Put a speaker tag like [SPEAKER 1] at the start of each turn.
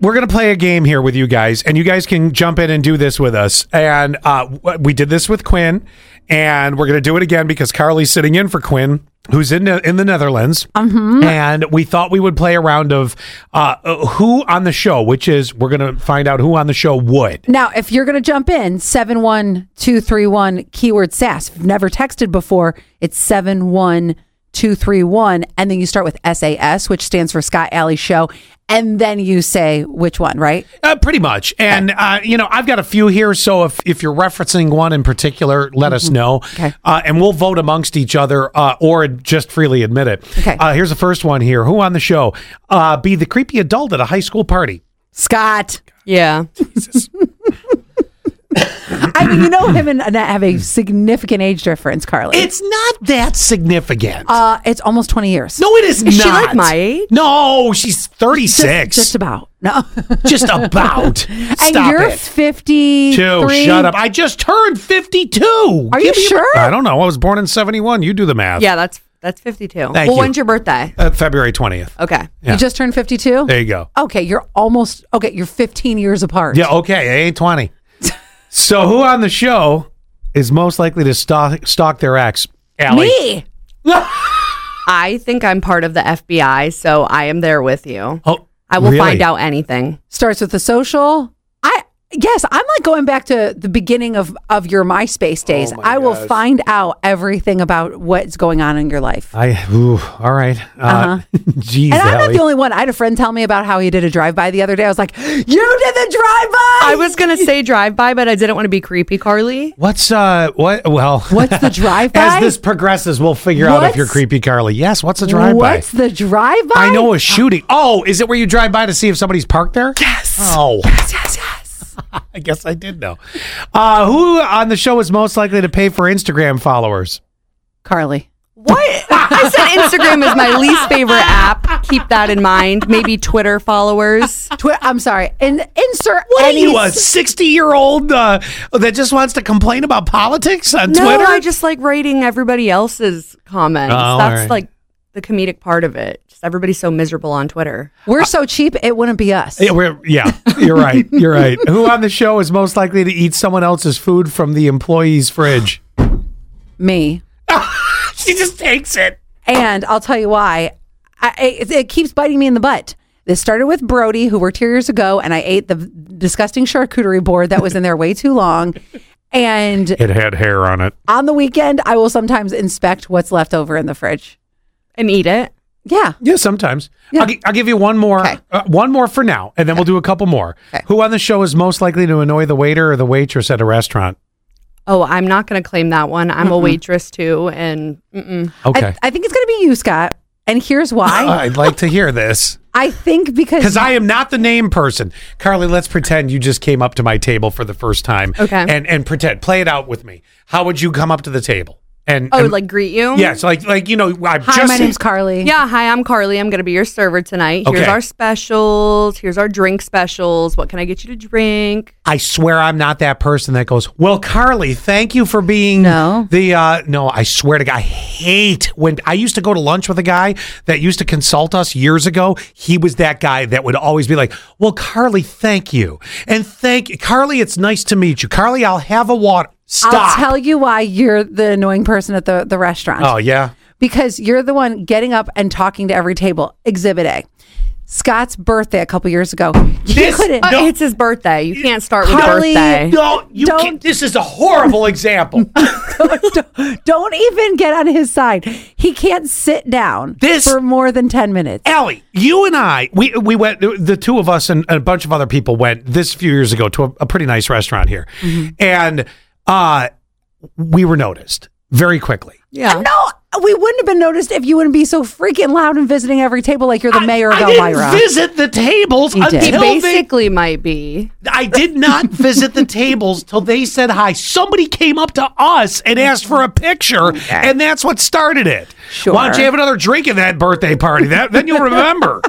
[SPEAKER 1] we're gonna play a game here with you guys, and you guys can jump in and do this with us. And uh, w- we did this with Quinn, and we're gonna do it again because Carly's sitting in for Quinn, who's in the, in the Netherlands. And we thought we would play a round of uh, uh, who on the show, which is we're gonna find out who on the show would.
[SPEAKER 2] Now, if you're going to jump in, 71231 keyword SAS. If you've never texted before, it's 71231. And then you start with SAS, which stands for Scott Alley Show. And then you say which one, right?
[SPEAKER 1] Uh, pretty much. And, uh, you know, I've got a few here. So if, if you're referencing one in particular, let us know.
[SPEAKER 2] Mm-hmm. Okay.
[SPEAKER 1] Uh, and we'll vote amongst each other uh, or just freely admit it.
[SPEAKER 2] Okay.
[SPEAKER 1] Uh, here's the first one here. Who on the show? Uh, be the creepy adult at a high school party.
[SPEAKER 2] Scott.
[SPEAKER 3] Yeah.
[SPEAKER 2] I mean, you know, him and Annette have a significant age difference, Carly.
[SPEAKER 1] It's not that significant.
[SPEAKER 2] uh, it's almost 20 years.
[SPEAKER 1] no, it is,
[SPEAKER 3] Is
[SPEAKER 1] not.
[SPEAKER 3] she like my age?
[SPEAKER 1] No, she's 36.
[SPEAKER 2] Just
[SPEAKER 1] Just,
[SPEAKER 2] about. No.
[SPEAKER 1] about. Stop
[SPEAKER 2] and you're
[SPEAKER 1] it.
[SPEAKER 2] 52.
[SPEAKER 1] Two, shut up. I just turned 52.
[SPEAKER 2] Are you
[SPEAKER 1] me a-
[SPEAKER 2] sure?
[SPEAKER 1] I don't know. I was born in 71. You do the math.
[SPEAKER 3] Yeah, that's that's 52.
[SPEAKER 1] Thank
[SPEAKER 3] well,
[SPEAKER 1] you.
[SPEAKER 3] when's your birthday?
[SPEAKER 1] Uh, February 20th.
[SPEAKER 3] Okay.
[SPEAKER 1] Yeah.
[SPEAKER 2] You just turned 52?
[SPEAKER 1] There you go.
[SPEAKER 2] Okay, you're almost, okay, you're 15 years apart.
[SPEAKER 1] Yeah, okay, it ain't 20. so who on the show is most likely to stalk, stalk their ex? Allie.
[SPEAKER 2] Me.
[SPEAKER 3] I think I'm part of the FBI, so I am there with you.
[SPEAKER 1] Oh,
[SPEAKER 3] I will
[SPEAKER 1] really?
[SPEAKER 3] find out anything.
[SPEAKER 2] starts with the social. I yes, I'm like going back to the beginning of of your
[SPEAKER 1] Oh
[SPEAKER 2] MySpace days. I will find out everything about what's going on in your life.
[SPEAKER 1] I, ooh, all right. Uh, Geez,
[SPEAKER 2] Uh-huh. And I'm not
[SPEAKER 1] Allie.
[SPEAKER 2] the only one. I had a friend tell me about how he did a drive by the other day. I was like, "You did the drive by."
[SPEAKER 3] I was gonna say drive by, but I didn't want to be creepy, Carly.
[SPEAKER 1] What's, uh, what, well.
[SPEAKER 2] What's the drive-by?
[SPEAKER 1] As this progresses, we'll figure out if
[SPEAKER 2] What's-
[SPEAKER 1] you're creepy, Carly. Yes, what's a drive by?
[SPEAKER 2] What's the drive by?
[SPEAKER 1] I know a shooting. Oh, is it where you drive by to see if somebody's parked there? Yes. Oh,
[SPEAKER 2] Yes, yes, yes.
[SPEAKER 1] I guess I did know. Uh, who on the show is most likely to pay for Instagram followers?
[SPEAKER 2] Carly.
[SPEAKER 3] What? I said Instagram is my least favorite app. Keep that in mind. Maybe Twitter followers.
[SPEAKER 2] Twi- I'm sorry. And insert
[SPEAKER 1] What
[SPEAKER 2] any
[SPEAKER 1] are you, a 60 year old uh, that just wants to complain about politics on
[SPEAKER 3] No,
[SPEAKER 1] Twitter?
[SPEAKER 3] I just like rating everybody else's comments.
[SPEAKER 1] Oh,
[SPEAKER 3] That's
[SPEAKER 1] alright.
[SPEAKER 3] like the comedic part of it. Just everybody's so miserable on Twitter.
[SPEAKER 2] We're so cheap, it wouldn't be us.
[SPEAKER 1] yeah, we're- yeah, you're right. You're right. Who on the show is most likely to eat someone else's food from the employee's fridge?
[SPEAKER 2] Me.
[SPEAKER 1] she just takes it.
[SPEAKER 2] And I'll tell you why. I, it, it keeps biting me in the butt. This started with Brody, who worked here years ago, and I ate the disgusting charcuterie board that was in there way too long. And
[SPEAKER 1] It had hair on it.
[SPEAKER 2] on the weekend, I will sometimes inspect what's left over in the fridge.
[SPEAKER 3] And eat it.
[SPEAKER 2] Yeah.
[SPEAKER 1] Yeah, sometimes. I'll, gi- I'll give you one more,
[SPEAKER 2] Okay.
[SPEAKER 1] uh, one more for now, and then we'll do a couple more. Who on the show is most likely to annoy the waiter or the waitress at a restaurant?
[SPEAKER 3] Oh, I'm not going to claim that one. I'm a waitress too, and mm, mm-mm.
[SPEAKER 1] Okay,
[SPEAKER 2] I, I think it's going to be you, Scott. And here's why.
[SPEAKER 1] I'd like to hear this.
[SPEAKER 2] I think because
[SPEAKER 1] Because I am not the name person. Carly, let's pretend you just came up to my table for the first time.
[SPEAKER 3] Okay.
[SPEAKER 1] And and pretend. Play it out with me. How would you come up to the table? And
[SPEAKER 3] oh,
[SPEAKER 1] and-
[SPEAKER 3] like greet you.
[SPEAKER 1] Yes, like like you know, I
[SPEAKER 2] hi,
[SPEAKER 1] just
[SPEAKER 2] my name's Carly.
[SPEAKER 3] Yeah, hi, I'm Carly. I'm going to be your server tonight. Here's
[SPEAKER 1] Okay.
[SPEAKER 3] our specials. Here's our drink specials. What can I get you to drink?
[SPEAKER 1] I swear I'm not that person that goes, Well, Carly, thank you for being
[SPEAKER 2] No.
[SPEAKER 1] the uh no, I swear to God, I hate when I used to go to lunch with a guy that used to consult us years ago. He was that guy that would always be like, Well, Carly, thank you. And thank Carly, it's nice to meet you. Carly, I'll have a water. Stop.
[SPEAKER 2] I'll tell you why you're the annoying person at the, the restaurant.
[SPEAKER 1] Oh yeah.
[SPEAKER 2] because you're the one getting up and talking to every table. Exhibit A. Scott's birthday a couple years ago. You
[SPEAKER 1] This-
[SPEAKER 2] couldn't.
[SPEAKER 3] Uh,
[SPEAKER 1] No.
[SPEAKER 3] It's his birthday. You can't start with
[SPEAKER 2] Carly-
[SPEAKER 3] birthday.
[SPEAKER 1] No, you
[SPEAKER 2] Don't-
[SPEAKER 1] can't. This is a horrible example.
[SPEAKER 2] don't, don't even get on his side. He can't sit down
[SPEAKER 1] This-
[SPEAKER 2] for more than 10 minutes.
[SPEAKER 1] Allie, you and I, we we went. The two of us and a bunch of other people went this few years ago to a, a pretty nice restaurant here,
[SPEAKER 2] Mm-hmm.
[SPEAKER 1] and uh, we were noticed very quickly.
[SPEAKER 3] Yeah.
[SPEAKER 2] No, we wouldn't have been noticed if you wouldn't be so freaking loud and visiting every table like you're the mayor of
[SPEAKER 1] I
[SPEAKER 2] Elmira.
[SPEAKER 1] didn't visit the tables
[SPEAKER 2] did.
[SPEAKER 3] He
[SPEAKER 1] until they.
[SPEAKER 3] basically might be.
[SPEAKER 1] I did not visit the tables till they said hi. Somebody came up to us and asked for a picture, and that's what started it. Why don't
[SPEAKER 2] Sure.
[SPEAKER 1] you have another drink at that birthday party? That then you'll remember.